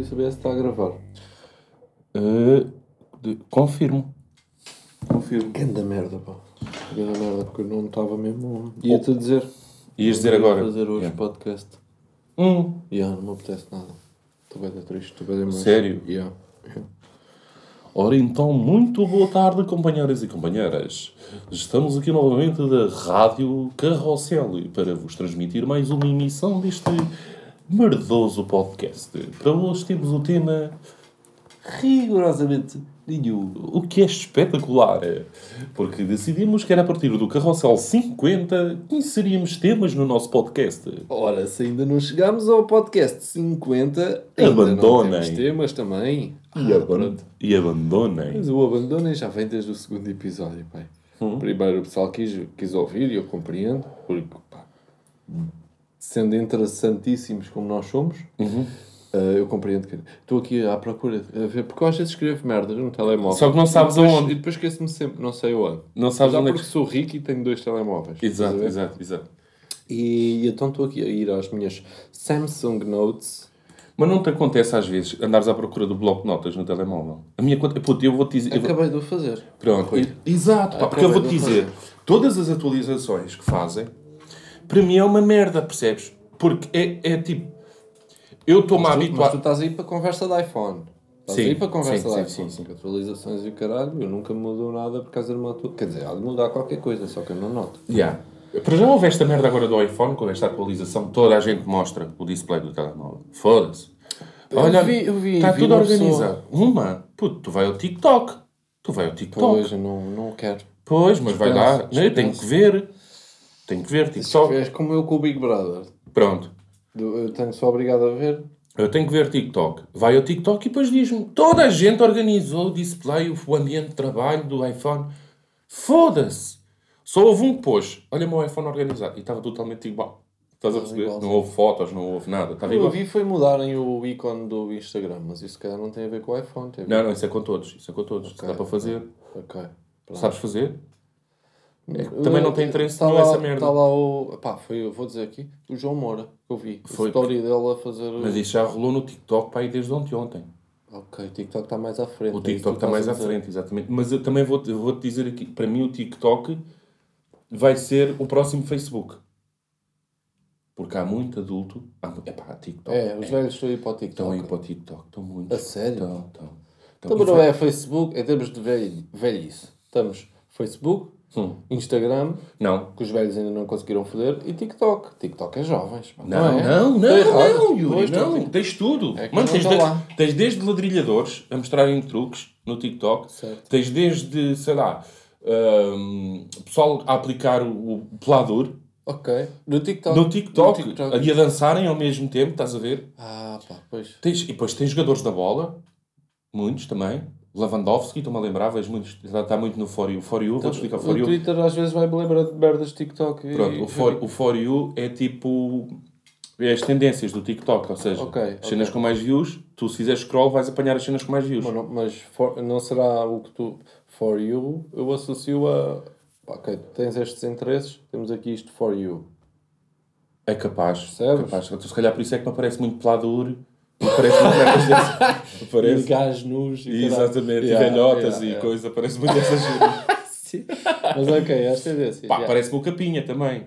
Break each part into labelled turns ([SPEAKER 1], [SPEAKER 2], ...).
[SPEAKER 1] se está a gravar.
[SPEAKER 2] Eh, de- confirmo.
[SPEAKER 1] Confirmo.
[SPEAKER 3] Ganda merda, pá.
[SPEAKER 1] Grande merda, porque eu não estava mesmo. Ia-te dizer.
[SPEAKER 2] Ias dizer agora.
[SPEAKER 1] fazer hoje
[SPEAKER 2] Yeah.
[SPEAKER 1] podcast.
[SPEAKER 2] Hum,
[SPEAKER 1] Yeah, não me apetece nada. Estou bem triste, estou bem mais.
[SPEAKER 2] Sério?
[SPEAKER 1] Yeah. yeah.
[SPEAKER 2] Ora então, muito boa tarde, companheiras e companheiras. Estamos aqui novamente da Rádio Carrossel para vos transmitir mais uma emissão deste merdoso podcast. Para hoje temos o tema rigorosamente nenhum, o que é espetacular, porque decidimos que era a partir do Carrossel 50 que inseríamos temas no nosso podcast.
[SPEAKER 1] Ora, se ainda não chegámos ao podcast 50, ainda
[SPEAKER 2] Abandonem.
[SPEAKER 1] não temos temas também.
[SPEAKER 2] E,
[SPEAKER 1] Ah,
[SPEAKER 2] aban- e abandonem.
[SPEAKER 1] Mas o abandono já vem desde o segundo episódio, pai.
[SPEAKER 2] Hum?
[SPEAKER 1] Primeiro o pessoal quis, quis ouvir e eu compreendo, porque pá, sendo interessantíssimos como nós somos,
[SPEAKER 2] Uhum.
[SPEAKER 1] ah, eu compreendo que estou aqui à procura a ver, porque eu às vezes escrevo merdas no telemóvel.
[SPEAKER 2] Só que não sabes
[SPEAKER 1] E depois-
[SPEAKER 2] aonde.
[SPEAKER 1] E depois esqueço-me sempre, não sei onde.
[SPEAKER 2] Não sabes
[SPEAKER 1] Já é.
[SPEAKER 2] onde é
[SPEAKER 1] porque
[SPEAKER 2] que...
[SPEAKER 1] sou rico e tenho dois telemóveis. estás a
[SPEAKER 2] Exato,
[SPEAKER 1] ver?
[SPEAKER 2] exato, exato.
[SPEAKER 1] E então estou aqui a ir às minhas Samsung Notes.
[SPEAKER 2] Mas não te acontece às vezes andares à procura do bloco de notas no telemóvel? A minha conta. Puto, eu vou-te dizer. eu vou-
[SPEAKER 1] Acabei de o fazer.
[SPEAKER 2] Pronto. e- Exato, pá, porque eu vou-te
[SPEAKER 1] Acabei de
[SPEAKER 2] dizer. Todas as atualizações que fazem, para mim é uma merda, percebes? Porque é, é tipo. Eu estou-me a
[SPEAKER 1] Mas tu
[SPEAKER 2] habituar.
[SPEAKER 1] estás aí para a conversa da iPhone. Estás
[SPEAKER 2] Sim,
[SPEAKER 1] aí para a conversa
[SPEAKER 2] sim,
[SPEAKER 1] da
[SPEAKER 2] sim,
[SPEAKER 1] iPhone.
[SPEAKER 2] sim, sim.
[SPEAKER 1] com Atualizações e o caralho, eu nunca mudou nada por causa de uma atualização. Quer dizer, há de mudar qualquer coisa, só que eu não noto.
[SPEAKER 2] Yeah. Para já houve esta merda agora do iPhone, com esta atualização, toda a gente mostra o display do telemóvel. Foda-se. Olha,
[SPEAKER 1] vi- eu vi-
[SPEAKER 2] está
[SPEAKER 1] vi
[SPEAKER 2] tudo
[SPEAKER 1] uma
[SPEAKER 2] organizado. Uma, puto, tu vai ao TikTok. Tu vai ao TikTok.
[SPEAKER 1] Pois, eu não, não quero.
[SPEAKER 2] Pois, mas vai
[SPEAKER 1] Esperança,
[SPEAKER 2] dar. Não, eu tenho que ver. Tenho que ver TikTok.
[SPEAKER 1] Tipo, És como eu com o Big Brother.
[SPEAKER 2] Pronto.
[SPEAKER 1] Do- Eu tenho só obrigado a ver.
[SPEAKER 2] Eu tenho que ver TikTok. Vai ao TikTok e depois diz-me. Toda a gente organizou o display, o ambiente de trabalho do iPhone. Foda-se. Só houve um que pôs. Olha o meu iPhone organizado. E estava totalmente igual. Estás a perceber?
[SPEAKER 1] igual,
[SPEAKER 2] Não houve fotos, não houve nada.
[SPEAKER 1] O
[SPEAKER 2] Estava
[SPEAKER 1] que eu
[SPEAKER 2] igual.
[SPEAKER 1] vi foi mudarem o ícone do Instagram, mas isso se calhar não tem a ver com o iPhone. Tem a ver-
[SPEAKER 2] Não, não, isso é com todos. Isso é com todos. Isso dá para fazer.
[SPEAKER 1] Ok. pronto. Hum, eh,
[SPEAKER 2] Sabes fazer? também não tem interesse nenhum
[SPEAKER 1] tá lá,
[SPEAKER 2] essa merda.
[SPEAKER 1] Está lá o. Pá, foi, eu vou dizer aqui, o João Moura, que eu vi.
[SPEAKER 2] Foi.
[SPEAKER 1] A story dele a fazer.
[SPEAKER 2] Mas isso já rolou no TikTok para aí desde ontem ontem.
[SPEAKER 1] Ok, o TikTok está mais à frente. é
[SPEAKER 2] O
[SPEAKER 1] isso que tu
[SPEAKER 2] TikTok está
[SPEAKER 1] estás
[SPEAKER 2] mais
[SPEAKER 1] a
[SPEAKER 2] à
[SPEAKER 1] dizer.
[SPEAKER 2] frente, exatamente. Mas eu também vou-te vou dizer aqui, para mim o TikTok vai ser o próximo Facebook. Porque há muito adulto. Há, mu- epá, TikTok.
[SPEAKER 1] É, os velhos estão aí para o TikTok.
[SPEAKER 2] Estão aí Então, para o TikTok, estão muito.
[SPEAKER 1] A sério?
[SPEAKER 2] Estão, Então, estão.
[SPEAKER 1] Também não é Facebook, é termos de velho, velhice. Estamos Facebook,
[SPEAKER 2] Hum.
[SPEAKER 1] Instagram,
[SPEAKER 2] Não.
[SPEAKER 1] que os velhos ainda não conseguiram foder, e TikTok. TikTok é jovens. pá,
[SPEAKER 2] Não, não,
[SPEAKER 1] é?
[SPEAKER 2] não, não,
[SPEAKER 1] Estou errado.
[SPEAKER 2] Yuri,
[SPEAKER 1] Pois,
[SPEAKER 2] não.
[SPEAKER 1] estou-
[SPEAKER 2] Tens tudo.
[SPEAKER 1] É que
[SPEAKER 2] Mano,
[SPEAKER 1] não
[SPEAKER 2] tens,
[SPEAKER 1] está
[SPEAKER 2] de-
[SPEAKER 1] lá.
[SPEAKER 2] tens desde ladrilhadores a mostrarem truques no TikTok.
[SPEAKER 1] Certo.
[SPEAKER 2] Tens desde, sei lá, hum, pessoal a aplicar o, o pelador.
[SPEAKER 1] Ok. No TikTok.
[SPEAKER 2] No TikTok,
[SPEAKER 1] No
[SPEAKER 2] ali a dançarem ao mesmo tempo, estás a ver?
[SPEAKER 1] Ah, pá, pois.
[SPEAKER 2] Tens, e depois tens jogadores da bola, muitos também. Lewandowski, estou-me a lembrar, vejo muitos, está, está muito no For You. For You, vou-te explicar o For
[SPEAKER 1] Tá, O
[SPEAKER 2] You.
[SPEAKER 1] Twitter às vezes vai-me lembrar de merdas de TikTok. e-
[SPEAKER 2] Pronto, o for, o for You é tipo. É as tendências do TikTok, ou seja,
[SPEAKER 1] Ok,
[SPEAKER 2] cenas
[SPEAKER 1] ok.
[SPEAKER 2] com mais views, tu se fizeres scroll vais apanhar as cenas com mais views.
[SPEAKER 1] Mas, não, mas for- não será o que tu. For you, eu associo a. pá, Ok, tens estes interesses, temos aqui isto for you.
[SPEAKER 2] É capaz,
[SPEAKER 1] Percebes?
[SPEAKER 2] capaz. Então, se calhar por isso é que me aparece muito pelador, me aparece muito merdas dessas. Me
[SPEAKER 1] E
[SPEAKER 2] Aparece.
[SPEAKER 1] gás nus e caralho.
[SPEAKER 2] Exatamente,
[SPEAKER 1] Yeah,
[SPEAKER 2] e velhotas
[SPEAKER 1] yeah,
[SPEAKER 2] e
[SPEAKER 1] yeah.
[SPEAKER 2] coisa, aparece muito dessas.
[SPEAKER 1] Mas ok, esta é desse.
[SPEAKER 2] Pá,
[SPEAKER 1] yeah.
[SPEAKER 2] parece-me o Capinha também.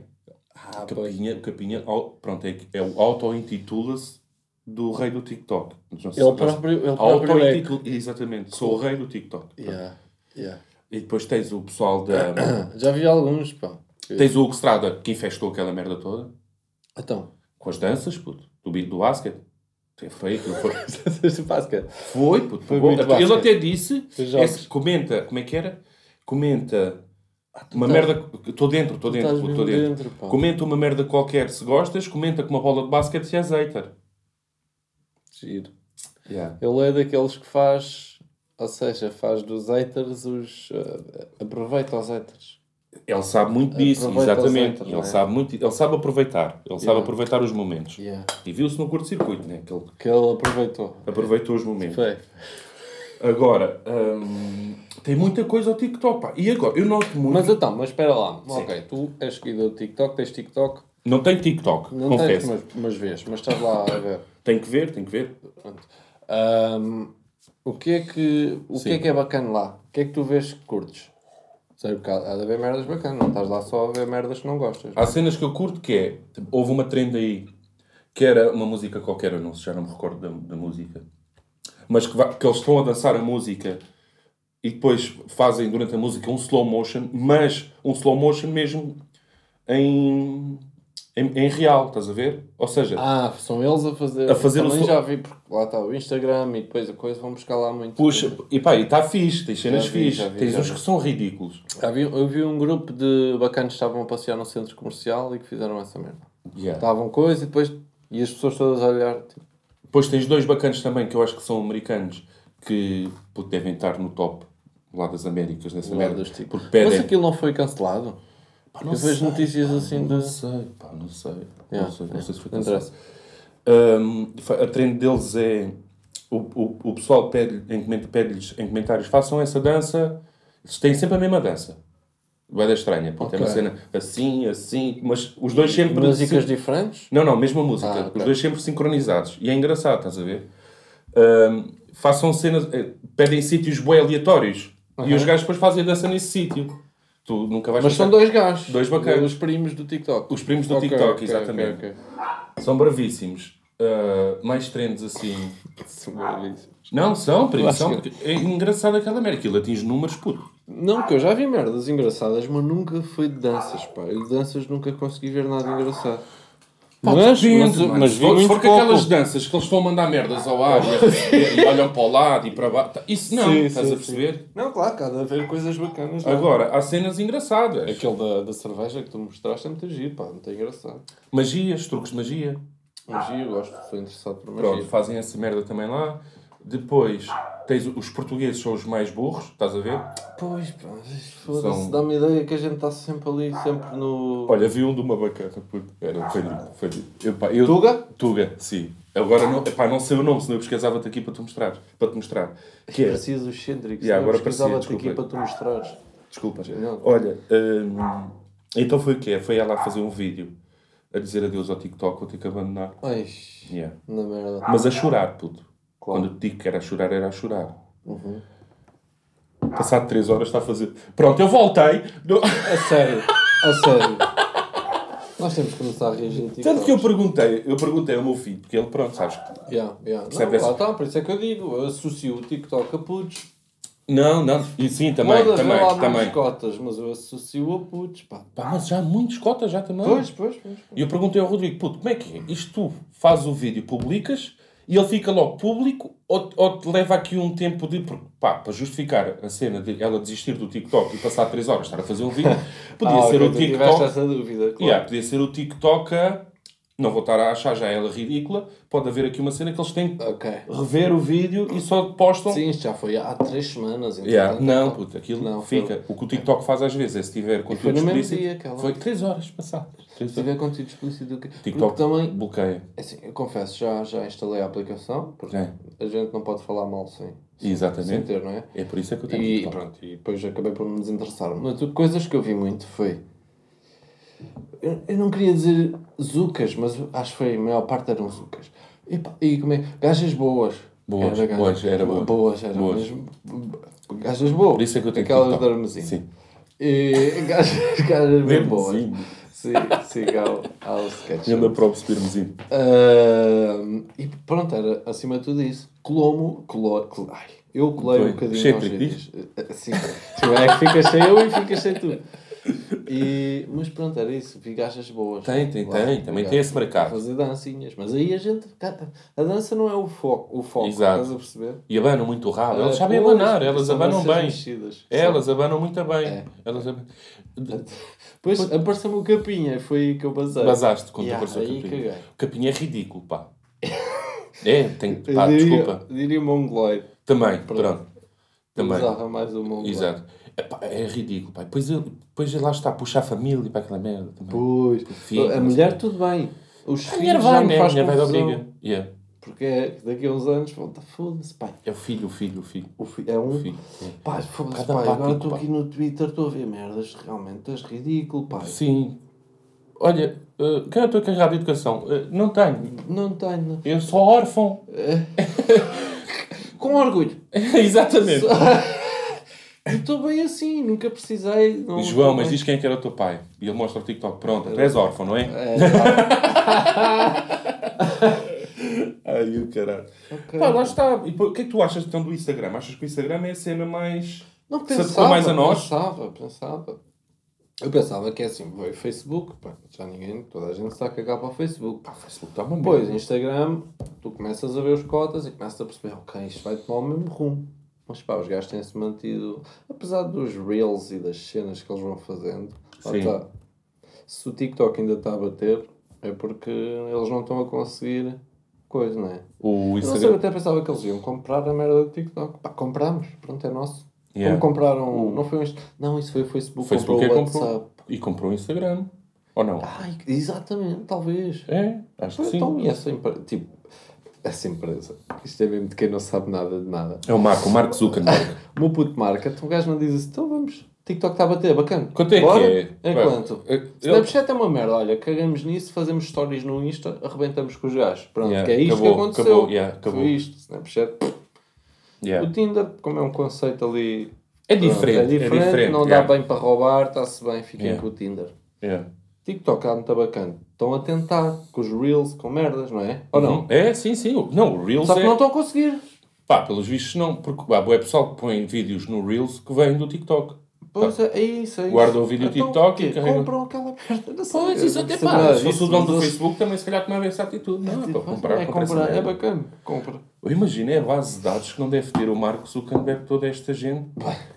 [SPEAKER 1] Ah, pois.
[SPEAKER 2] Capinha, Capinha, au- pronto, é, que- é o auto-intitula-se do rei do TikTok. Mas não sei
[SPEAKER 1] Ele
[SPEAKER 2] se sabes.
[SPEAKER 1] próprio, ele próprio é.
[SPEAKER 2] Auto-intitula, exatamente, sou o rei do TikTok.
[SPEAKER 1] Yeah, yeah.
[SPEAKER 2] E depois tens o pessoal da.
[SPEAKER 1] Ah, Já vi alguns, pá.
[SPEAKER 2] tens o Hugo Strada que infestou aquela merda toda
[SPEAKER 1] Então,
[SPEAKER 2] com as danças, puto, do, bi- do basket. Foi aquilo, foi.
[SPEAKER 1] este basquete.
[SPEAKER 2] Foi, puto.
[SPEAKER 1] Foi
[SPEAKER 2] pegou-
[SPEAKER 1] muito
[SPEAKER 2] ele
[SPEAKER 1] basquete.
[SPEAKER 2] até disse.
[SPEAKER 1] Os jogos.
[SPEAKER 2] esse- comenta, como é que era? Comenta. Uma
[SPEAKER 1] tá-
[SPEAKER 2] merda. Estou dentro, estou dentro,
[SPEAKER 1] estás
[SPEAKER 2] puto, estou
[SPEAKER 1] mesmo
[SPEAKER 2] dentro.
[SPEAKER 1] dentro, pá.
[SPEAKER 2] comenta uma merda qualquer se gostas, comenta com uma bola de basquete se és hater.
[SPEAKER 1] Giro. Ele é daqueles que faz. Ou seja, faz dos haters os. ah, aproveita os haters.
[SPEAKER 2] Ele sabe muito disso,
[SPEAKER 1] Aproveita
[SPEAKER 2] exatamente.
[SPEAKER 1] os haters,
[SPEAKER 2] ele,
[SPEAKER 1] não é?
[SPEAKER 2] sabe muito, ele sabe aproveitar. Ele sabe
[SPEAKER 1] Yeah.
[SPEAKER 2] aproveitar os momentos.
[SPEAKER 1] Yeah.
[SPEAKER 2] E viu-se no curto-circuito, né? Que ele
[SPEAKER 1] Que ele aproveitou.
[SPEAKER 2] aproveitou os momentos.
[SPEAKER 1] Foi.
[SPEAKER 2] Agora, hum, tem muita coisa ao TikTok, pá. E agora, eu noto muito...
[SPEAKER 1] Mas então, mas espera lá. Ok, tu és seguidor do TikTok, tens TikTok.
[SPEAKER 2] Não tenho TikTok,
[SPEAKER 1] Não
[SPEAKER 2] confesso.
[SPEAKER 1] tens, mas, mas vês, mas estás lá a ver.
[SPEAKER 2] Tenho que ver, tenho que ver.
[SPEAKER 1] Pronto. Ahm, o que é que o que
[SPEAKER 2] Sim.
[SPEAKER 1] é que é bacana lá? O que é que tu vês que curtes? Sei porque há há de haver merdas bacanas, não estás lá só a ver merdas que não gostas.
[SPEAKER 2] Há cenas que eu curto que é. tipo, Houve uma trend aí que era uma música qualquer, eu não sei, já não me recordo da, da música. Mas que, va- que eles estão a dançar a música e depois fazem durante a música um slow motion, mas um slow motion mesmo em, em, em real, estás a ver? Ou seja,
[SPEAKER 1] Ah, são eles a fazer.
[SPEAKER 2] A fazer o
[SPEAKER 1] Também
[SPEAKER 2] so-
[SPEAKER 1] já vi, porque lá está o Instagram e depois a coisa vão buscar lá muito.
[SPEAKER 2] puxa, e pá, e está fixe, tens cenas
[SPEAKER 1] vi,
[SPEAKER 2] fixe,
[SPEAKER 1] já vi,
[SPEAKER 2] tens
[SPEAKER 1] já
[SPEAKER 2] uns
[SPEAKER 1] vi.
[SPEAKER 2] que são ridículos.
[SPEAKER 1] Já vi- eu vi um grupo de bacanas que estavam a passear no centro comercial e que fizeram essa merda.
[SPEAKER 2] Yeah.
[SPEAKER 1] Estavam coisa e depois. E as pessoas todas a olhar. Tipo,
[SPEAKER 2] Depois tens dois bacanas também que eu acho que são americanos que pô, devem estar no top lá das Américas nessa
[SPEAKER 1] do lado
[SPEAKER 2] merda.
[SPEAKER 1] dos ticos.
[SPEAKER 2] Porque
[SPEAKER 1] tipo. Mas
[SPEAKER 2] pedem.
[SPEAKER 1] aquilo não foi cancelado?
[SPEAKER 2] Pá,
[SPEAKER 1] Eu vejo
[SPEAKER 2] sei,
[SPEAKER 1] notícias assim
[SPEAKER 2] Não
[SPEAKER 1] de.
[SPEAKER 2] sei, pá, não sei.
[SPEAKER 1] Yeah,
[SPEAKER 2] não sei, não
[SPEAKER 1] yeah.
[SPEAKER 2] sei se foi
[SPEAKER 1] Não
[SPEAKER 2] cancelado.
[SPEAKER 1] interessa.
[SPEAKER 2] Hum, fa- a trend deles é. O, o, o pessoal pede em, coment- pede-lhes em comentários: façam essa dança. Eles têm sempre a mesma dança. Vai da estranha, pô, tem uma
[SPEAKER 1] Ok.
[SPEAKER 2] cena assim, assim, mas os dois sempre.
[SPEAKER 1] Músicas
[SPEAKER 2] sim-
[SPEAKER 1] diferentes?
[SPEAKER 2] não, não, mesma música.
[SPEAKER 1] Ah, ok.
[SPEAKER 2] Os dois sempre sincronizados. E é engraçado, estás a ver? Ahm, façam cenas, eh, pedem sítios bem aleatórios. E os gajos depois fazem a dança nesse sítio. Tu nunca vais
[SPEAKER 1] Uhum. Mas são
[SPEAKER 2] pensar-
[SPEAKER 1] dois gajos.
[SPEAKER 2] Dois bacanas.
[SPEAKER 1] Os primos do TikTok.
[SPEAKER 2] Os primos do
[SPEAKER 1] Ok,
[SPEAKER 2] TikTok,
[SPEAKER 1] ok,
[SPEAKER 2] exatamente.
[SPEAKER 1] ok,
[SPEAKER 2] São bravíssimos. Ah, mais trends assim.
[SPEAKER 1] ok.
[SPEAKER 2] Não, são, primo,
[SPEAKER 1] Acho
[SPEAKER 2] são. É engraçado aquela merda. Aquilo atinge números puto.
[SPEAKER 1] Não, que eu já vi merdas engraçadas, mas nunca foi de danças, pá. Eu de danças nunca consegui ver nada engraçado. mas, mas,
[SPEAKER 2] Depende, mano.
[SPEAKER 1] mas
[SPEAKER 2] Se
[SPEAKER 1] vi
[SPEAKER 2] for- se
[SPEAKER 1] muito
[SPEAKER 2] for
[SPEAKER 1] pouco.
[SPEAKER 2] com aquelas danças que eles estão a mandar merdas ao ar e, a- e olham para o lado e para baixo. Isso não,
[SPEAKER 1] Sim,
[SPEAKER 2] estás
[SPEAKER 1] sim, Ah.
[SPEAKER 2] a perceber?
[SPEAKER 1] Não, claro, cá deve haver coisas bacanas. é? lá.
[SPEAKER 2] Agora, há cenas engraçadas.
[SPEAKER 1] Aquele da, da cerveja que tu mostraste é muito giro, pá. Muito engraçado.
[SPEAKER 2] Magias, truques de magia.
[SPEAKER 1] Magia, eu gosto. Sou interessado por magia.
[SPEAKER 2] Pronto, fazem essa merda também lá. Depois, tens os portugueses são os mais burros, estás a ver?
[SPEAKER 1] Pois, pá. Foda-se.
[SPEAKER 2] São-
[SPEAKER 1] Dá-me a ideia que a gente está sempre ali, sempre no...
[SPEAKER 2] Olha, vi um de uma bacana. puto. Era, foi lindo, foi lindo. Eu, pá, eu-
[SPEAKER 1] Tuga?
[SPEAKER 2] Tuga, sim. Agora, não, epá, não sei o nome, senão eu pesquisava-te aqui para te mostrar. Para te mostrar. Que é,
[SPEAKER 1] Preciso dos Cendrix.
[SPEAKER 2] Yeah,
[SPEAKER 1] eu
[SPEAKER 2] agora parecia,
[SPEAKER 1] precisava-te aqui
[SPEAKER 2] desculpa.
[SPEAKER 1] para tu mostrares.
[SPEAKER 2] Desculpa.
[SPEAKER 1] Não.
[SPEAKER 2] Olha, hum, então foi o quê? Foi ela a fazer um vídeo a dizer adeus ao TikTok, vou ter que abandonar.
[SPEAKER 1] Ai,
[SPEAKER 2] Yeah.
[SPEAKER 1] na merda.
[SPEAKER 2] Mas a chorar,
[SPEAKER 1] Ah,
[SPEAKER 2] puto.
[SPEAKER 1] Claro. Uhum.
[SPEAKER 2] Quando eu te digo que era a chorar, era a chorar. Passado 3 horas está a fazer. Pronto, eu voltei. No-
[SPEAKER 1] A sério. A sério. Nós temos que começar a reagir a
[SPEAKER 2] Tanto que
[SPEAKER 1] TikTok.
[SPEAKER 2] eu perguntei, eu perguntei ao meu filho, porque ele, pronto, sabes que.
[SPEAKER 1] Yeah, yeah. Não,
[SPEAKER 2] Sabe essa-
[SPEAKER 1] lá está, por isso é que eu digo. Eu associo o TikTok a putos.
[SPEAKER 2] Não, não. E sim, também,
[SPEAKER 1] Pode haver
[SPEAKER 2] também,
[SPEAKER 1] lá muitos
[SPEAKER 2] também.
[SPEAKER 1] cotas, mas eu associo a putos. Pá.
[SPEAKER 2] Pá, mas já há muitos cotas já também.
[SPEAKER 1] Pois, pois, pois.
[SPEAKER 2] E eu perguntei ao Rodrigo, puto, como é que é? Isto tu fazes o vídeo, publicas e ele fica logo público ou, ou te leva aqui um tempo de. porque, Pá, para justificar a cena de ela desistir do TikTok e passar 3 horas estar a fazer um vídeo, podia
[SPEAKER 1] Ah,
[SPEAKER 2] ser
[SPEAKER 1] ok,
[SPEAKER 2] o
[SPEAKER 1] tu
[SPEAKER 2] TikTok.
[SPEAKER 1] Tiveste essa dúvida, claro.
[SPEAKER 2] Yeah, podia ser o TikTok a... Não vou estar a achar já ela ridícula. Pode haver aqui uma cena que eles têm que
[SPEAKER 1] Ok.
[SPEAKER 2] rever o vídeo e só postam.
[SPEAKER 1] Sim, isto já foi há três semanas. então.
[SPEAKER 2] Yeah, Não, puto, aquilo
[SPEAKER 1] Não, foi-
[SPEAKER 2] fica. O que o TikTok faz às vezes é se tiver
[SPEAKER 1] foi
[SPEAKER 2] conteúdo
[SPEAKER 1] no mesmo
[SPEAKER 2] explícito.
[SPEAKER 1] dia, aquela.
[SPEAKER 2] Foi 3 horas passadas. Três
[SPEAKER 1] Se
[SPEAKER 2] horas.
[SPEAKER 1] tiver é conteúdo explícito do que.
[SPEAKER 2] TikTok
[SPEAKER 1] Porque também.
[SPEAKER 2] bloqueia.
[SPEAKER 1] Assim, eu confesso, já, já instalei a aplicação, porque
[SPEAKER 2] É.
[SPEAKER 1] a gente não pode falar mal sem, sem
[SPEAKER 2] Exatamente.
[SPEAKER 1] ter, não é?
[SPEAKER 2] É por isso é que eu tenho
[SPEAKER 1] E
[SPEAKER 2] TikTok.
[SPEAKER 1] pronto, e depois acabei por me desinteressar. Mas o- coisas que eu vi muito foi. Eu, eu não queria dizer zucas, mas acho que foi a maior parte eram zucas. E, pá, e como é? Gajas boas.
[SPEAKER 2] Boas,
[SPEAKER 1] gaja-
[SPEAKER 2] boas, era boa.
[SPEAKER 1] Boas, era
[SPEAKER 2] Boas.
[SPEAKER 1] mesmo. Gajas boas.
[SPEAKER 2] Por isso é que eu tenho
[SPEAKER 1] Aquelas
[SPEAKER 2] TikTok.
[SPEAKER 1] da Hermesim.
[SPEAKER 2] Sim.
[SPEAKER 1] E gajas, gajas bem boas.
[SPEAKER 2] Hermesim.
[SPEAKER 1] Sim, sim, ao, ao sketch.
[SPEAKER 2] Ainda próprio Supermesinho.
[SPEAKER 1] Ahm, e pronto, era acima de tudo isso. Colomo, colo, col- ai, eu colei
[SPEAKER 2] Foi.
[SPEAKER 1] um bocadinho
[SPEAKER 2] Cheio
[SPEAKER 1] aos
[SPEAKER 2] de
[SPEAKER 1] vídeos. Assim, tu é que ficas sem eu e ficas sem tu. E, mas pronto, era isso. Vi gajas boas. né?
[SPEAKER 2] Tem, tem,
[SPEAKER 1] Lá,
[SPEAKER 2] tem. Também
[SPEAKER 1] gajas
[SPEAKER 2] tem esse
[SPEAKER 1] a
[SPEAKER 2] mercado.
[SPEAKER 1] Fazer dancinhas. Mas aí a gente. A dança não é o foco. O foco
[SPEAKER 2] Exato.
[SPEAKER 1] Estás a perceber?
[SPEAKER 2] E abanam muito raro. Elas
[SPEAKER 1] Ah,
[SPEAKER 2] sabem
[SPEAKER 1] pois,
[SPEAKER 2] abanar. Elas
[SPEAKER 1] são
[SPEAKER 2] abanam
[SPEAKER 1] danças
[SPEAKER 2] bem.
[SPEAKER 1] mexidas.
[SPEAKER 2] Elas abanam muito bem.
[SPEAKER 1] É.
[SPEAKER 2] Elas abanam...
[SPEAKER 1] Depois apareceu-me o Capinha. Foi aí que eu basei.
[SPEAKER 2] Basaste quando
[SPEAKER 1] Yeah,
[SPEAKER 2] apareceu o
[SPEAKER 1] aí
[SPEAKER 2] Capinha.
[SPEAKER 1] caguei.
[SPEAKER 2] O Capinha é ridículo, pá. É, tem
[SPEAKER 1] Eu
[SPEAKER 2] pá,
[SPEAKER 1] diria,
[SPEAKER 2] desculpa.
[SPEAKER 1] Diria mongoloide.
[SPEAKER 2] Também,
[SPEAKER 1] Pronto.
[SPEAKER 2] pronto. Também.
[SPEAKER 1] Usava mais o mongoloide.
[SPEAKER 2] Exato. Epá, é ridículo, pá. Depois, ele- depois ele lá está a puxar a família para aquela merda também.
[SPEAKER 1] Pois.
[SPEAKER 2] Filho,
[SPEAKER 1] a
[SPEAKER 2] não
[SPEAKER 1] mulher, tudo bem. Os
[SPEAKER 2] a mulher
[SPEAKER 1] filhos já
[SPEAKER 2] vai,
[SPEAKER 1] me
[SPEAKER 2] né? A
[SPEAKER 1] faz
[SPEAKER 2] mulher vai da
[SPEAKER 1] confusão.
[SPEAKER 2] briga. Yeah.
[SPEAKER 1] Porque é que daqui a uns anos vão estar foda-se, pai.
[SPEAKER 2] É o filho, o filho, o filho.
[SPEAKER 1] O fi- É um.
[SPEAKER 2] Filho, é.
[SPEAKER 1] Pá, foda-se,
[SPEAKER 2] Cada
[SPEAKER 1] pai.
[SPEAKER 2] pá,
[SPEAKER 1] Agora
[SPEAKER 2] pico,
[SPEAKER 1] estou
[SPEAKER 2] pá.
[SPEAKER 1] aqui no Twitter, estou a ver merdas. Realmente estás ridículo, pai.
[SPEAKER 2] Sim. Olha, eh, quem é a tua carreira de educação? Eh, não tenho.
[SPEAKER 1] Não tenho.
[SPEAKER 2] Eu sou órfão.
[SPEAKER 1] com orgulho.
[SPEAKER 2] Exatamente.
[SPEAKER 1] Eu Estou bem assim, nunca precisei. não-
[SPEAKER 2] João,
[SPEAKER 1] tô
[SPEAKER 2] mas
[SPEAKER 1] bem.
[SPEAKER 2] diz quem é que era o teu pai. E ele mostra o TikTok. Pronto, tu és órfão, não é?
[SPEAKER 1] É, tá.
[SPEAKER 2] Ai, o caralho.
[SPEAKER 1] Ok.
[SPEAKER 2] Pá, lá está. E pô, o que é que tu achas então do Instagram? Achas que o Instagram é a cena mais.
[SPEAKER 1] Não
[SPEAKER 2] Se adequou
[SPEAKER 1] pensava,
[SPEAKER 2] mais a nós?
[SPEAKER 1] pensava, pensava. Eu pensava que é assim, foi Facebook, pá, já ninguém, toda a gente está a cagar para o Facebook.
[SPEAKER 2] Pá, Facebook está tá uma merda.
[SPEAKER 1] Depois, Instagram, tu começas a ver os cotas e começas a perceber, ok, isto vai tomar o mesmo rumo. Mas pá, os gajos têm-se mantido, apesar dos reels e das cenas que eles vão fazendo, lá
[SPEAKER 2] Sim.
[SPEAKER 1] está. se o TikTok ainda está a bater, é porque eles não estão a conseguir coisa, não é?
[SPEAKER 2] O
[SPEAKER 1] Eu não sei, eu
[SPEAKER 2] Instagram.
[SPEAKER 1] até pensava que eles iam comprar a merda do TikTok. Pá, compramos, pronto, é nosso.
[SPEAKER 2] Yeah.
[SPEAKER 1] Como compraram. Não foi um. Inst- Não, isso foi o Facebook,
[SPEAKER 2] Facebook é que
[SPEAKER 1] comprou o
[SPEAKER 2] comprou.
[SPEAKER 1] WhatsApp.
[SPEAKER 2] E comprou o Instagram. Ou não?
[SPEAKER 1] Ai, exatamente, talvez.
[SPEAKER 2] É, acho que sim.
[SPEAKER 1] Então, e essa empresa? Tipo, essa empresa. Isto é mesmo de quem não sabe nada de nada.
[SPEAKER 2] É o Marco, o Mark Zuckerberg.
[SPEAKER 1] O meu puto marca, então o gajo não diz assim, então vamos. TikTok está a bater, bacana.
[SPEAKER 2] Quanto é que
[SPEAKER 1] Bora?
[SPEAKER 2] é?
[SPEAKER 1] É
[SPEAKER 2] Vai.
[SPEAKER 1] quanto?
[SPEAKER 2] É- ele-
[SPEAKER 1] Snapchat é uma merda, olha, cagamos nisso, fazemos stories no Insta, arrebentamos com os gajos. Pronto,
[SPEAKER 2] Yeah,
[SPEAKER 1] que é isto
[SPEAKER 2] acabou,
[SPEAKER 1] que aconteceu.
[SPEAKER 2] acabou, yeah, acabou.
[SPEAKER 1] Foi isto, Snapchat.
[SPEAKER 2] Yeah.
[SPEAKER 1] O Tinder, como é um conceito ali.
[SPEAKER 2] É
[SPEAKER 1] pronto,
[SPEAKER 2] diferente.
[SPEAKER 1] é diferente, não
[SPEAKER 2] yeah.
[SPEAKER 1] dá bem para roubar, está-se bem, fiquem
[SPEAKER 2] Yeah.
[SPEAKER 1] com o Tinder.
[SPEAKER 2] Yeah.
[SPEAKER 1] TikTok há muito bacana. Estão a tentar com os Reels, com merdas, não é? Ou não?
[SPEAKER 2] É, sim, sim. Não, o Reels
[SPEAKER 1] Só que
[SPEAKER 2] é...
[SPEAKER 1] não estão a conseguir.
[SPEAKER 2] Pá, pelos vistos não, porque há boa pessoal que põe vídeos no Reels que vêm do TikTok.
[SPEAKER 1] Pois é, é isso, é isso.
[SPEAKER 2] Guardam Tá. o vídeo
[SPEAKER 1] Então,
[SPEAKER 2] TikTok e
[SPEAKER 1] quê?
[SPEAKER 2] carregam.
[SPEAKER 1] Compram aquela merda. Não sei,
[SPEAKER 2] Pois,
[SPEAKER 1] eu
[SPEAKER 2] isso
[SPEAKER 1] não
[SPEAKER 2] até
[SPEAKER 1] percebo nada
[SPEAKER 2] pá. Se fosse
[SPEAKER 1] disso,
[SPEAKER 2] o dono
[SPEAKER 1] mas
[SPEAKER 2] do
[SPEAKER 1] eles-
[SPEAKER 2] Facebook também se calhar tomava essa atitude. Não, é para
[SPEAKER 1] Pois,
[SPEAKER 2] comprar,
[SPEAKER 1] é,
[SPEAKER 2] comprar essa
[SPEAKER 1] comprar, é
[SPEAKER 2] merda.
[SPEAKER 1] bacana, compra.
[SPEAKER 2] Eu imagino é a base de dados que não deve ter o Mark Zuckerberg toda esta gente.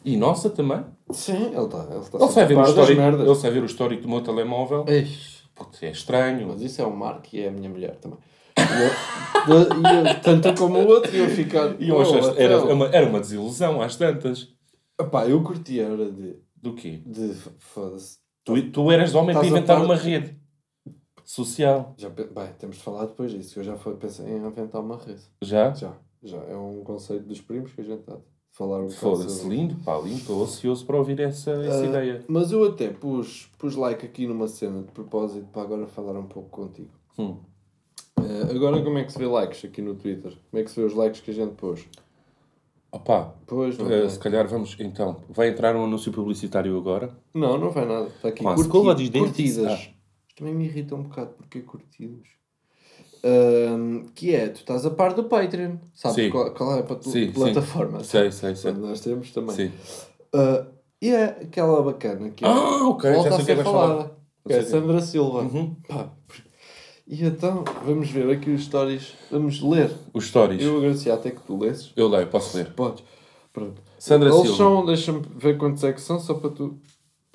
[SPEAKER 2] E nossa também.
[SPEAKER 1] Sim, ele está. Ele tá está
[SPEAKER 2] Ele sai ver, o histórico, ele
[SPEAKER 1] merdas.
[SPEAKER 2] sai ver o histórico do meu telemóvel.
[SPEAKER 1] Eish,
[SPEAKER 2] Putz, é estranho.
[SPEAKER 1] Mas isso é o Marco e é a minha mulher também. E eu, e eu- tanto como o outro, e eu ficar.
[SPEAKER 2] E eu
[SPEAKER 1] "Oh,
[SPEAKER 2] acho que era,
[SPEAKER 1] então."
[SPEAKER 2] era uma, era uma desilusão às tantas.
[SPEAKER 1] Epá, eu curti a hora de.
[SPEAKER 2] Do quê?
[SPEAKER 1] de foda-se.
[SPEAKER 2] Tu, tu eras homem para
[SPEAKER 1] Estás a
[SPEAKER 2] inventar
[SPEAKER 1] par-
[SPEAKER 2] uma rede social.
[SPEAKER 1] Já, pe- bem, temos de falar depois disso. que Eu já foi, pensei em inventar uma rede.
[SPEAKER 2] Já?
[SPEAKER 1] Já, já. É um conceito dos primos que a gente está a falar um bocado
[SPEAKER 2] Foda-se,
[SPEAKER 1] sobre.
[SPEAKER 2] lindo, pá, lindo. Estou ansioso para ouvir essa, essa
[SPEAKER 1] Ah,
[SPEAKER 2] ideia.
[SPEAKER 1] Mas eu até pus, pus like aqui numa cena de propósito para agora falar um pouco contigo.
[SPEAKER 2] Hum.
[SPEAKER 1] Eh, agora como é que se vê likes aqui no Twitter? Como é que se vê os likes que a gente pôs?
[SPEAKER 2] Opa,
[SPEAKER 1] Pois, não,
[SPEAKER 2] eh,
[SPEAKER 1] tem.
[SPEAKER 2] se calhar vamos. Então, vai entrar um anúncio publicitário agora.
[SPEAKER 1] não, não vai nada. Está aqui
[SPEAKER 2] Com a
[SPEAKER 1] curti-
[SPEAKER 2] escova dos dentes,
[SPEAKER 1] curtidas. Isto também me irrita um bocado porque é curtidas. Ahm, que é, tu estás a par do Patreon. Sabes
[SPEAKER 2] Sim.
[SPEAKER 1] qual, qual é a patu-
[SPEAKER 2] Sim, sim.
[SPEAKER 1] plataforma?
[SPEAKER 2] Sei, sei, sei.
[SPEAKER 1] Nós temos também.
[SPEAKER 2] Sim.
[SPEAKER 1] Ah, e é aquela bacana que é-
[SPEAKER 2] Ah, ok, já
[SPEAKER 1] volta a
[SPEAKER 2] sei o que é que
[SPEAKER 1] ser
[SPEAKER 2] vais falar. Uhum.
[SPEAKER 1] falada. Que é
[SPEAKER 2] Já sei o
[SPEAKER 1] Sandra Silva. Pá, E então, vamos ver aqui os stories. Vamos ler.
[SPEAKER 2] Os stories.
[SPEAKER 1] Eu agradecia até que tu lesses.
[SPEAKER 2] Eu leio, posso ler.
[SPEAKER 1] Podes. Pronto.
[SPEAKER 2] Sandra
[SPEAKER 1] Eles
[SPEAKER 2] Silva.
[SPEAKER 1] são, deixa-me ver quantos é que são, só para tu.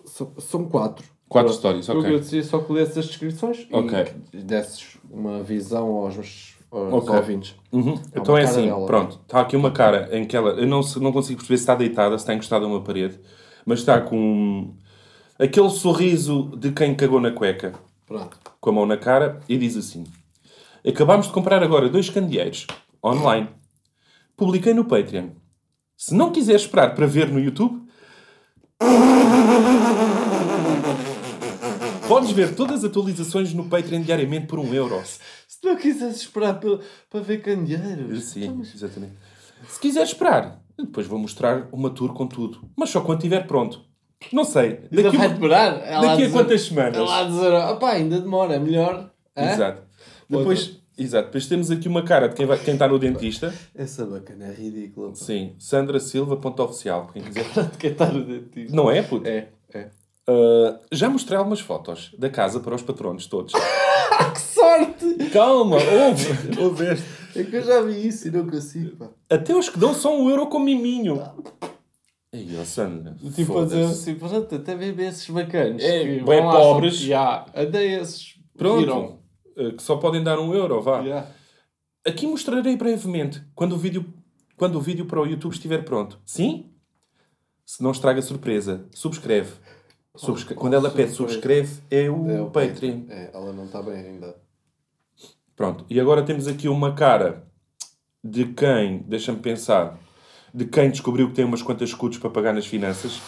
[SPEAKER 1] São, são quatro.
[SPEAKER 2] Quatro
[SPEAKER 1] Pronto.
[SPEAKER 2] stories,
[SPEAKER 1] Eu
[SPEAKER 2] ok.
[SPEAKER 1] agradecia só que lesses as descrições
[SPEAKER 2] Ok.
[SPEAKER 1] e que desses uma visão aos, aos
[SPEAKER 2] Ok.
[SPEAKER 1] ouvintes.
[SPEAKER 2] Uhum.
[SPEAKER 1] uma
[SPEAKER 2] Então é
[SPEAKER 1] cara
[SPEAKER 2] assim,
[SPEAKER 1] dela.
[SPEAKER 2] pronto. Está aqui uma cara em que ela. Eu não, se- não consigo perceber se está deitada, se está encostada a uma parede, mas está com. um, aquele sorriso de quem cagou na cueca,
[SPEAKER 1] Pronto.
[SPEAKER 2] com a mão na cara, e diz assim: Acabámos de comprar agora dois candeeiros, online. Publiquei no Patreon. Se não quiser esperar para ver no YouTube. Podes ver todas as atualizações no Patreon diariamente por um euro.
[SPEAKER 1] Se não quisesse esperar para, para ver candeeiros. então,
[SPEAKER 2] Sim, exatamente. Se quiser esperar, depois vou mostrar uma tour com tudo. Mas só quando estiver pronto. Não sei.
[SPEAKER 1] Ainda
[SPEAKER 2] Daqui,
[SPEAKER 1] vai demorar? É Ela
[SPEAKER 2] daqui a
[SPEAKER 1] dizer-
[SPEAKER 2] quantas semanas?
[SPEAKER 1] Ela a dizer, opá, ainda demora, é melhor. hã?"
[SPEAKER 2] Exato. Depois, exato. Depois temos aqui uma cara de quem, vai, quem está no dentista.
[SPEAKER 1] Essa bacana é ridícula. pá.
[SPEAKER 2] Sim. Sandra Silva, ponto oficial. Quem quiser.
[SPEAKER 1] De catar o dentista.
[SPEAKER 2] Não é, puto?
[SPEAKER 1] É, é.
[SPEAKER 2] Ah, já mostrei algumas fotos da casa para os patronos todos.
[SPEAKER 1] Que sorte!
[SPEAKER 2] Calma, ouve. Ouveste.
[SPEAKER 1] É que eu já vi isso e não consigo, pá.
[SPEAKER 2] Até os que dão só um euro com miminho. Aí, ó, Sandra.
[SPEAKER 1] Tipo, a dizer
[SPEAKER 2] foda-se.
[SPEAKER 1] assim, pronto, até mesmo esses bacanos.
[SPEAKER 2] É,
[SPEAKER 1] que
[SPEAKER 2] bem
[SPEAKER 1] vão lá,
[SPEAKER 2] pobres.
[SPEAKER 1] só- Ya, até esses.
[SPEAKER 2] Pronto.
[SPEAKER 1] viram.
[SPEAKER 2] Ah, que só podem dar um euro, vá.
[SPEAKER 1] Ya.
[SPEAKER 2] Aqui mostrarei brevemente quando o vídeo, quando o vídeo para o YouTube estiver pronto. Sim? Se não estraga a surpresa, subscreve. Subscre- quando ela pede subscreve, Oh, é o,
[SPEAKER 1] É, o
[SPEAKER 2] Patreon.
[SPEAKER 1] Patreon. É, ela não está bem ainda.
[SPEAKER 2] Pronto. E agora temos aqui uma cara de quem, deixa-me pensar, de quem descobriu que tem umas quantas escudos para pagar nas finanças.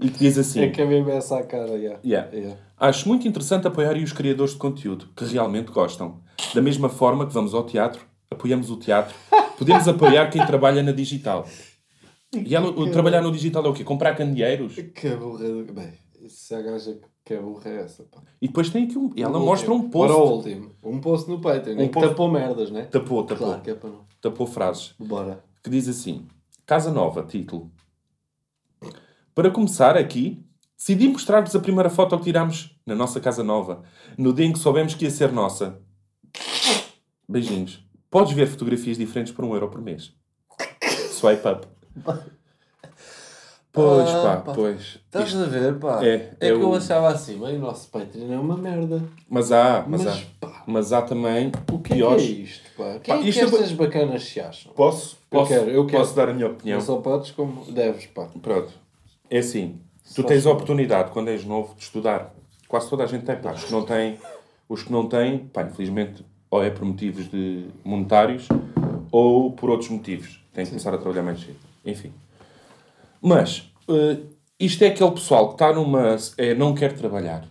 [SPEAKER 2] E que diz assim:
[SPEAKER 1] É que é mesmo essa a cara, ya.
[SPEAKER 2] Yeah.
[SPEAKER 1] Ya.
[SPEAKER 2] Acho muito interessante apoiar os criadores de conteúdo que realmente gostam. Da mesma forma que vamos ao teatro, apoiamos o teatro Podemos apoiar quem trabalha na digital. E ela- o trabalhar no digital é o quê? Comprar candeeiros?
[SPEAKER 1] Que burra. do- Bem, se a gaja que é burra é essa, pá.
[SPEAKER 2] E depois tem aqui um... Ela
[SPEAKER 1] O
[SPEAKER 2] mostra um
[SPEAKER 1] último. Para o
[SPEAKER 2] post.
[SPEAKER 1] último. Um post no Patreon. Um que
[SPEAKER 2] post-
[SPEAKER 1] tapou merdas, né?
[SPEAKER 2] Tapou, tapou.
[SPEAKER 1] Claro que é para não.
[SPEAKER 2] Tapou frases.
[SPEAKER 1] Bora.
[SPEAKER 2] que diz assim: Casa Nova, título. Para começar aqui, decidi mostrar-vos a primeira foto que tirámos na nossa Casa Nova, no dia em que soubemos que ia ser nossa. Beijinhos. Podes ver fotografias diferentes por um euro por mês. Swipe up. Pois
[SPEAKER 1] Ah,
[SPEAKER 2] pá,
[SPEAKER 1] pá.
[SPEAKER 2] pois.
[SPEAKER 1] Estás a ver, pá?
[SPEAKER 2] É,
[SPEAKER 1] é
[SPEAKER 2] é
[SPEAKER 1] que eu
[SPEAKER 2] o-
[SPEAKER 1] achava assim, bem, o nosso Patreon é uma merda.
[SPEAKER 2] Mas há, mas,
[SPEAKER 1] Mas,
[SPEAKER 2] há.
[SPEAKER 1] pá,
[SPEAKER 2] Mas há também
[SPEAKER 1] o que é, que é
[SPEAKER 2] piores.
[SPEAKER 1] isto, pá? Quem
[SPEAKER 2] Pá,
[SPEAKER 1] é que
[SPEAKER 2] isto é ba-
[SPEAKER 1] estas bacanas se acham?
[SPEAKER 2] Posso? Posso,
[SPEAKER 1] quero, eu quero.
[SPEAKER 2] posso dar a minha opinião?
[SPEAKER 1] Não só podes como deves, pá.
[SPEAKER 2] Pronto. É assim. Tu
[SPEAKER 1] Só
[SPEAKER 2] tens a
[SPEAKER 1] estudar.
[SPEAKER 2] oportunidade, quando és novo, de estudar. Quase toda a gente tem, pá. Os que não têm, os que não têm pá, infelizmente, ou é por motivos de monetários ou por outros motivos. Têm que começar a trabalhar mais cedo. Enfim. Mas, eh, isto é aquele pessoal que está numa... É, não quer trabalhar.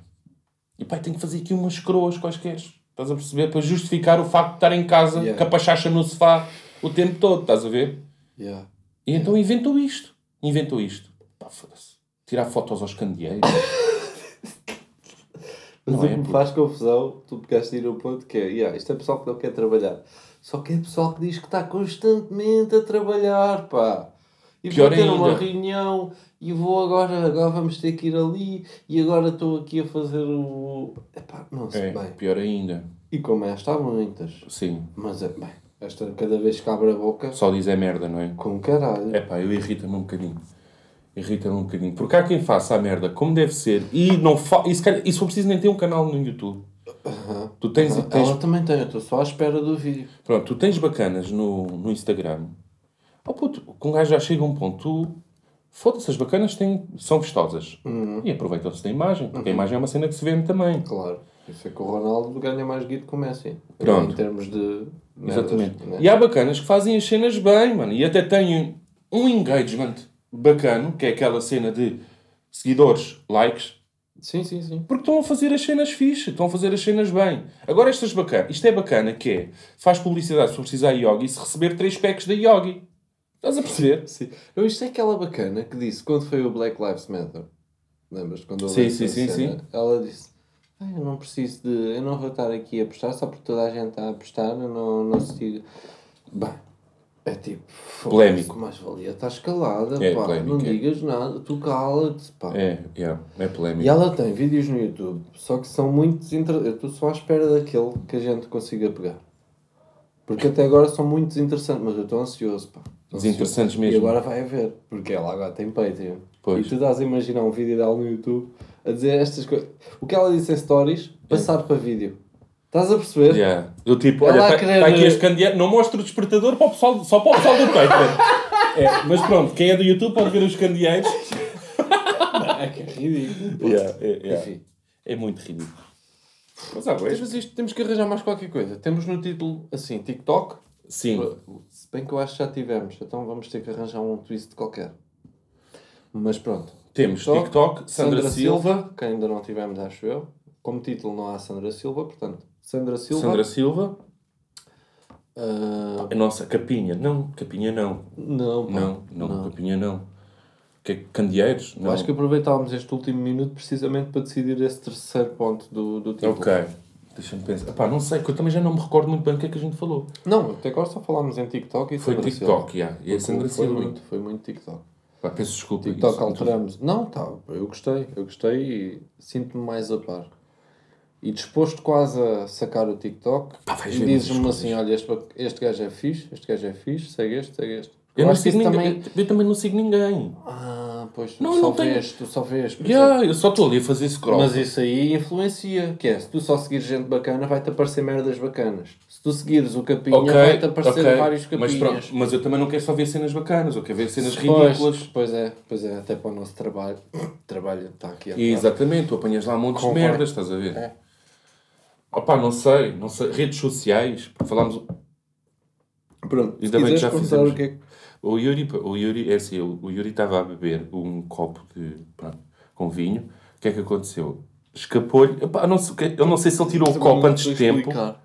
[SPEAKER 2] E, pá, tem que fazer aqui umas croas quaisquer. Estás a perceber? Para justificar o facto de estar em casa,
[SPEAKER 1] Yeah.
[SPEAKER 2] com a pachacha no sofá, o tempo todo. Estás a ver?
[SPEAKER 1] Yeah.
[SPEAKER 2] E então inventou isto. Inventou isto. Pá, foda-se. Tirar fotos aos candeeiros.
[SPEAKER 1] Mas
[SPEAKER 2] Não
[SPEAKER 1] o
[SPEAKER 2] é,
[SPEAKER 1] que me
[SPEAKER 2] puto.
[SPEAKER 1] faz confusão, tu pegaste ir ao ponto que é, yeah, isto é pessoal que não quer trabalhar. Só que é pessoal que diz que está constantemente a trabalhar, pá. E
[SPEAKER 2] Pior
[SPEAKER 1] vou ter uma
[SPEAKER 2] ainda.
[SPEAKER 1] reunião e vou agora, agora vamos ter que ir ali e agora estou aqui a fazer o. Epá, não sei
[SPEAKER 2] é,
[SPEAKER 1] bem.
[SPEAKER 2] pior ainda.
[SPEAKER 1] E como esta há muitas.
[SPEAKER 2] Sim.
[SPEAKER 1] Mas é bem, esta cada vez que abre a boca,
[SPEAKER 2] Só diz é merda, não é?
[SPEAKER 1] com caralho.
[SPEAKER 2] É pá, eu irrita-me um bocadinho. Irrita-me um bocadinho. Porque há quem faça a merda como deve ser e não fa... E se, calhar, e se for preciso nem ter um canal no YouTube. Tu tens,
[SPEAKER 1] Ah,
[SPEAKER 2] tens
[SPEAKER 1] Ela também tem, eu estou só à espera do vídeo.
[SPEAKER 2] Pronto, tu tens bacanas no, no Instagram. Oh puto, com um gajo já chega a um ponto. tu- Foda-se, as bacanas têm, são vistosas.
[SPEAKER 1] Uhum.
[SPEAKER 2] E aproveitam-se da imagem, porque a imagem é uma cena que se vende também.
[SPEAKER 1] Claro. Isso é que o Ronaldo ganha mais guito que o Messi.
[SPEAKER 2] Pronto.
[SPEAKER 1] Em termos de. merdas,
[SPEAKER 2] Exatamente.
[SPEAKER 1] né?
[SPEAKER 2] E há bacanas que fazem as cenas bem, mano. E até têm um engagement bacano, que é aquela cena de seguidores, likes,
[SPEAKER 1] Sim, sim, sim.
[SPEAKER 2] porque estão a fazer as cenas fixe, estão a fazer as cenas bem. Agora estas bacanas, isto é bacana que é, faz publicidade se for precisar a Yogi se receber três packs da Yogi. Estás a perceber?
[SPEAKER 1] sim. Eu, isto é aquela bacana que disse quando foi o Black Lives Matter. Lembras? Quando houve
[SPEAKER 2] Sim,
[SPEAKER 1] essa
[SPEAKER 2] sim, sim,
[SPEAKER 1] cena?
[SPEAKER 2] sim.
[SPEAKER 1] Ela disse. "Ah, Eu não preciso de. Eu não vou estar aqui a apostar só porque toda a gente está a apostar. Eu não, não se. Bem, é tipo. foda-se,
[SPEAKER 2] Polémico.
[SPEAKER 1] Mais valia, estás calada,
[SPEAKER 2] É,
[SPEAKER 1] pá.
[SPEAKER 2] polémico,
[SPEAKER 1] não
[SPEAKER 2] é.
[SPEAKER 1] digas nada, tu cala-te, pá.
[SPEAKER 2] É, é, é
[SPEAKER 1] E
[SPEAKER 2] polémico.
[SPEAKER 1] ela tem vídeos no YouTube, só que são muito desinter... Eu estou só à espera daquele que a gente consiga pegar. Porque até agora são muito desinteressantes, mas eu estou ansioso, pá. Tô
[SPEAKER 2] Desinteressantes
[SPEAKER 1] ansioso.
[SPEAKER 2] mesmo.
[SPEAKER 1] E agora vai haver, porque ela agora tem Patreon.
[SPEAKER 2] Pois.
[SPEAKER 1] E tu estás a imaginar um vídeo dela no YouTube a dizer estas coisas. O que ela disse em stories, passar para vídeo. Estás a perceber?
[SPEAKER 2] É. Yeah. Do tipo,
[SPEAKER 1] Ela
[SPEAKER 2] olha,
[SPEAKER 1] a
[SPEAKER 2] está
[SPEAKER 1] querer- eh,
[SPEAKER 2] aqui este candeeiro, não mostra o despertador para o pessoal, só para o pessoal do Patreon. É, mas pronto, quem é do YouTube pode ver os candeeiros.
[SPEAKER 1] É que é ridículo. pá.
[SPEAKER 2] Yeah, é, é.
[SPEAKER 1] Enfim.
[SPEAKER 2] É muito ridículo. Mas há boas.
[SPEAKER 1] Mas ah, isto temos que arranjar mais qualquer coisa. Temos no título assim, TikTok.
[SPEAKER 2] Sim.
[SPEAKER 1] Se bem que eu acho que já tivemos, então vamos ter que arranjar um twist qualquer. Mas pronto.
[SPEAKER 2] Temos TikTok, Sandra, Silva,
[SPEAKER 1] que ainda não tivemos, acho eu. Como título não há Sandra Silva, portanto, Sandra Silva.
[SPEAKER 2] Sandra Silva.
[SPEAKER 1] ah,
[SPEAKER 2] A nossa capinha. Não, capinha não.
[SPEAKER 1] não, pá.
[SPEAKER 2] Não, não, capinha não. Que é candeeiros?
[SPEAKER 1] Eu
[SPEAKER 2] Não.
[SPEAKER 1] Acho que aproveitámos este último minuto precisamente para decidir esse terceiro ponto do, do título.
[SPEAKER 2] Ok. Deixa-me pensar. Epá, não sei, que eu também já não me recordo muito bem o que é que a gente falou.
[SPEAKER 1] Não, até agora só falámos em TikTok e
[SPEAKER 2] Foi
[SPEAKER 1] Sandra
[SPEAKER 2] TikTok, já. E
[SPEAKER 1] Silva.
[SPEAKER 2] a Sandra
[SPEAKER 1] Foi
[SPEAKER 2] Silva.
[SPEAKER 1] muito, foi muito TikTok.
[SPEAKER 2] Pá, peço desculpa.
[SPEAKER 1] TikTok
[SPEAKER 2] isso-
[SPEAKER 1] alteramos. Não, tá, eu gostei, eu gostei e sinto-me mais a par. E disposto quase a sacar o TikTok,
[SPEAKER 2] Pá, vais
[SPEAKER 1] e
[SPEAKER 2] ver
[SPEAKER 1] dizes-me
[SPEAKER 2] muitas
[SPEAKER 1] assim: olha, este, ba- este gajo é fixe, este gajo é fixe, segue este, segue este.
[SPEAKER 2] Eu, não
[SPEAKER 1] acho que
[SPEAKER 2] sigo
[SPEAKER 1] isso
[SPEAKER 2] ninguém.
[SPEAKER 1] também.
[SPEAKER 2] Eu, eu também não sigo ninguém.
[SPEAKER 1] Ah, pois tu
[SPEAKER 2] Não,
[SPEAKER 1] só
[SPEAKER 2] não tenho-
[SPEAKER 1] vês, tu só vês. por exemplo.
[SPEAKER 2] Yeah, eu só estou ali a fazer scroll.
[SPEAKER 1] é. Mas isso aí influencia. Que é, se tu só seguires gente bacana, vai-te aparecer merdas bacanas. Se tu seguires o capinha,
[SPEAKER 2] Ok,
[SPEAKER 1] vai-te aparecer
[SPEAKER 2] ok.
[SPEAKER 1] vários
[SPEAKER 2] mas,
[SPEAKER 1] capinhas.
[SPEAKER 2] pronto, mas eu também não quero só ver cenas bacanas, eu quero ver cenas
[SPEAKER 1] Pois,
[SPEAKER 2] ridículas.
[SPEAKER 1] Pois é, pois é, até para o nosso trabalho. Trabalho está aqui a
[SPEAKER 2] E, exatamente, tu apanhas lá montes de
[SPEAKER 1] Convém.
[SPEAKER 2] merdas, estás a ver?
[SPEAKER 1] É.
[SPEAKER 2] Opa, não sei, não sei. Redes sociais, porque falámos.
[SPEAKER 1] Pronto,
[SPEAKER 2] Ainda
[SPEAKER 1] se
[SPEAKER 2] bem que
[SPEAKER 1] quiseres
[SPEAKER 2] já
[SPEAKER 1] começar,
[SPEAKER 2] fizemos. um
[SPEAKER 1] o que é que-
[SPEAKER 2] O Yuri, o Yuri, é assim, o o Yuri estava a beber um copo de, pronto, com vinho. O que é que aconteceu? Escapou-lhe. Epá, não sei o que- Eu não sei se ele tirou o
[SPEAKER 1] Também
[SPEAKER 2] copo
[SPEAKER 1] não
[SPEAKER 2] antes de
[SPEAKER 1] sei
[SPEAKER 2] tempo.
[SPEAKER 1] explicar.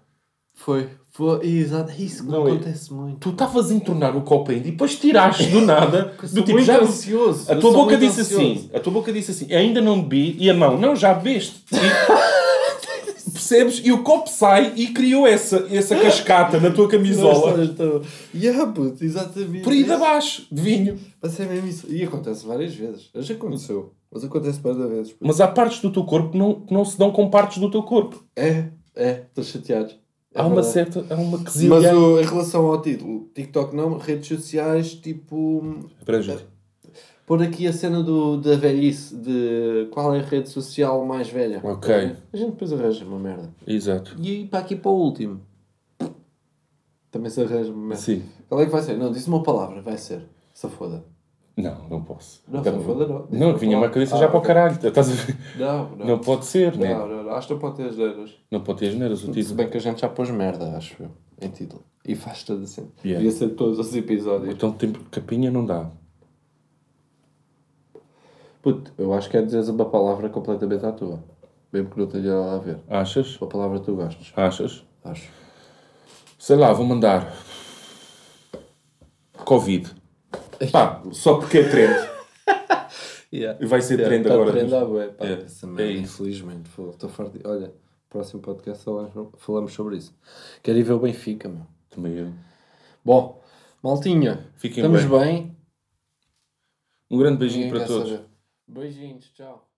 [SPEAKER 1] Foi, Foi, exato, é isso que
[SPEAKER 2] Não,
[SPEAKER 1] me
[SPEAKER 2] é-
[SPEAKER 1] acontece muito.
[SPEAKER 2] Tu estavas a entornar o copo ainda e depois tiraste do nada.
[SPEAKER 1] Eu
[SPEAKER 2] do
[SPEAKER 1] sou
[SPEAKER 2] tipo,
[SPEAKER 1] muito
[SPEAKER 2] já,
[SPEAKER 1] ansioso.
[SPEAKER 2] a
[SPEAKER 1] eu
[SPEAKER 2] tua
[SPEAKER 1] sou
[SPEAKER 2] boca
[SPEAKER 1] muito
[SPEAKER 2] disse
[SPEAKER 1] ansioso.
[SPEAKER 2] assim, a tua boca disse assim, ainda não bebi, e a mão, não, já bebeste. E- percebes? E o copo sai e criou essa, essa cascata na tua
[SPEAKER 1] Isola.
[SPEAKER 2] camisola.
[SPEAKER 1] então, Yeah, puto, exatamente. é
[SPEAKER 2] Por aí de abaixo, de vinho.
[SPEAKER 1] Mas é mesmo isso. E acontece várias vezes. Já aconteceu. Mas acontece várias vezes. puto.
[SPEAKER 2] Mas há partes do teu corpo que não, que não se dão com partes do teu corpo.
[SPEAKER 1] É, é. Estou chateado. É
[SPEAKER 2] há uma
[SPEAKER 1] verdade.
[SPEAKER 2] certa, há uma
[SPEAKER 1] Mas
[SPEAKER 2] quesilha.
[SPEAKER 1] o- em relação ao título, TikTok não, redes sociais, tipo.
[SPEAKER 2] Espera aí, Júlio.
[SPEAKER 1] Pôr aqui a cena do, da velhice, de qual é a rede social mais velha.
[SPEAKER 2] Ok.
[SPEAKER 1] A gente depois arranja uma merda.
[SPEAKER 2] Exato.
[SPEAKER 1] E aí, para aqui para o último. Também se arranja uma merda.
[SPEAKER 2] Sim.
[SPEAKER 1] Qual é que vai ser? Não, disse uma palavra, vai ser. Safoda.
[SPEAKER 2] Não, não posso.
[SPEAKER 1] Não,
[SPEAKER 2] Então,
[SPEAKER 1] foda, não.
[SPEAKER 2] Não, que vinha uma cabeça já
[SPEAKER 1] Ah,
[SPEAKER 2] para o
[SPEAKER 1] ok.
[SPEAKER 2] caralho. Estás a ver?
[SPEAKER 1] Não, não.
[SPEAKER 2] Não
[SPEAKER 1] Não,
[SPEAKER 2] pode ser, né?
[SPEAKER 1] não, não. Acho que não pode ter as neiras.
[SPEAKER 2] Não pode ter generas o
[SPEAKER 1] Se
[SPEAKER 2] título.
[SPEAKER 1] bem que a gente já pôs merda, acho eu, em título. E faz tudo assim.
[SPEAKER 2] Yeah.
[SPEAKER 1] Devia ser todos os episódios.
[SPEAKER 2] Então tempo capinha não dá.
[SPEAKER 1] Puto, eu acho que é dizeres uma palavra completamente à tua. Mesmo que não tenha nada a ver.
[SPEAKER 2] Achas?
[SPEAKER 1] Uma palavra que tu gostas,
[SPEAKER 2] Achas?
[SPEAKER 1] acho.
[SPEAKER 2] Sei lá, vou mandar. Covid. Pá, só porque é trend.
[SPEAKER 1] Yeah.
[SPEAKER 2] Vai ser
[SPEAKER 1] Yeah,
[SPEAKER 2] trend
[SPEAKER 1] tá
[SPEAKER 2] agora.
[SPEAKER 1] trend à bué, pá.
[SPEAKER 2] É,
[SPEAKER 1] Essa merda,
[SPEAKER 2] é isso.
[SPEAKER 1] infelizmente. fogo, Estou farto. de- Olha, próximo podcast falamos- falamos sobre isso. Quero ir ver o Benfica, meu.
[SPEAKER 2] Também eu.
[SPEAKER 1] Bom, maltinha.
[SPEAKER 2] Fiquem
[SPEAKER 1] estamos bem.
[SPEAKER 2] Um grande beijinho
[SPEAKER 1] Ninguém
[SPEAKER 2] para
[SPEAKER 1] quer
[SPEAKER 2] todos.
[SPEAKER 1] saber. Beijinhos, tchau.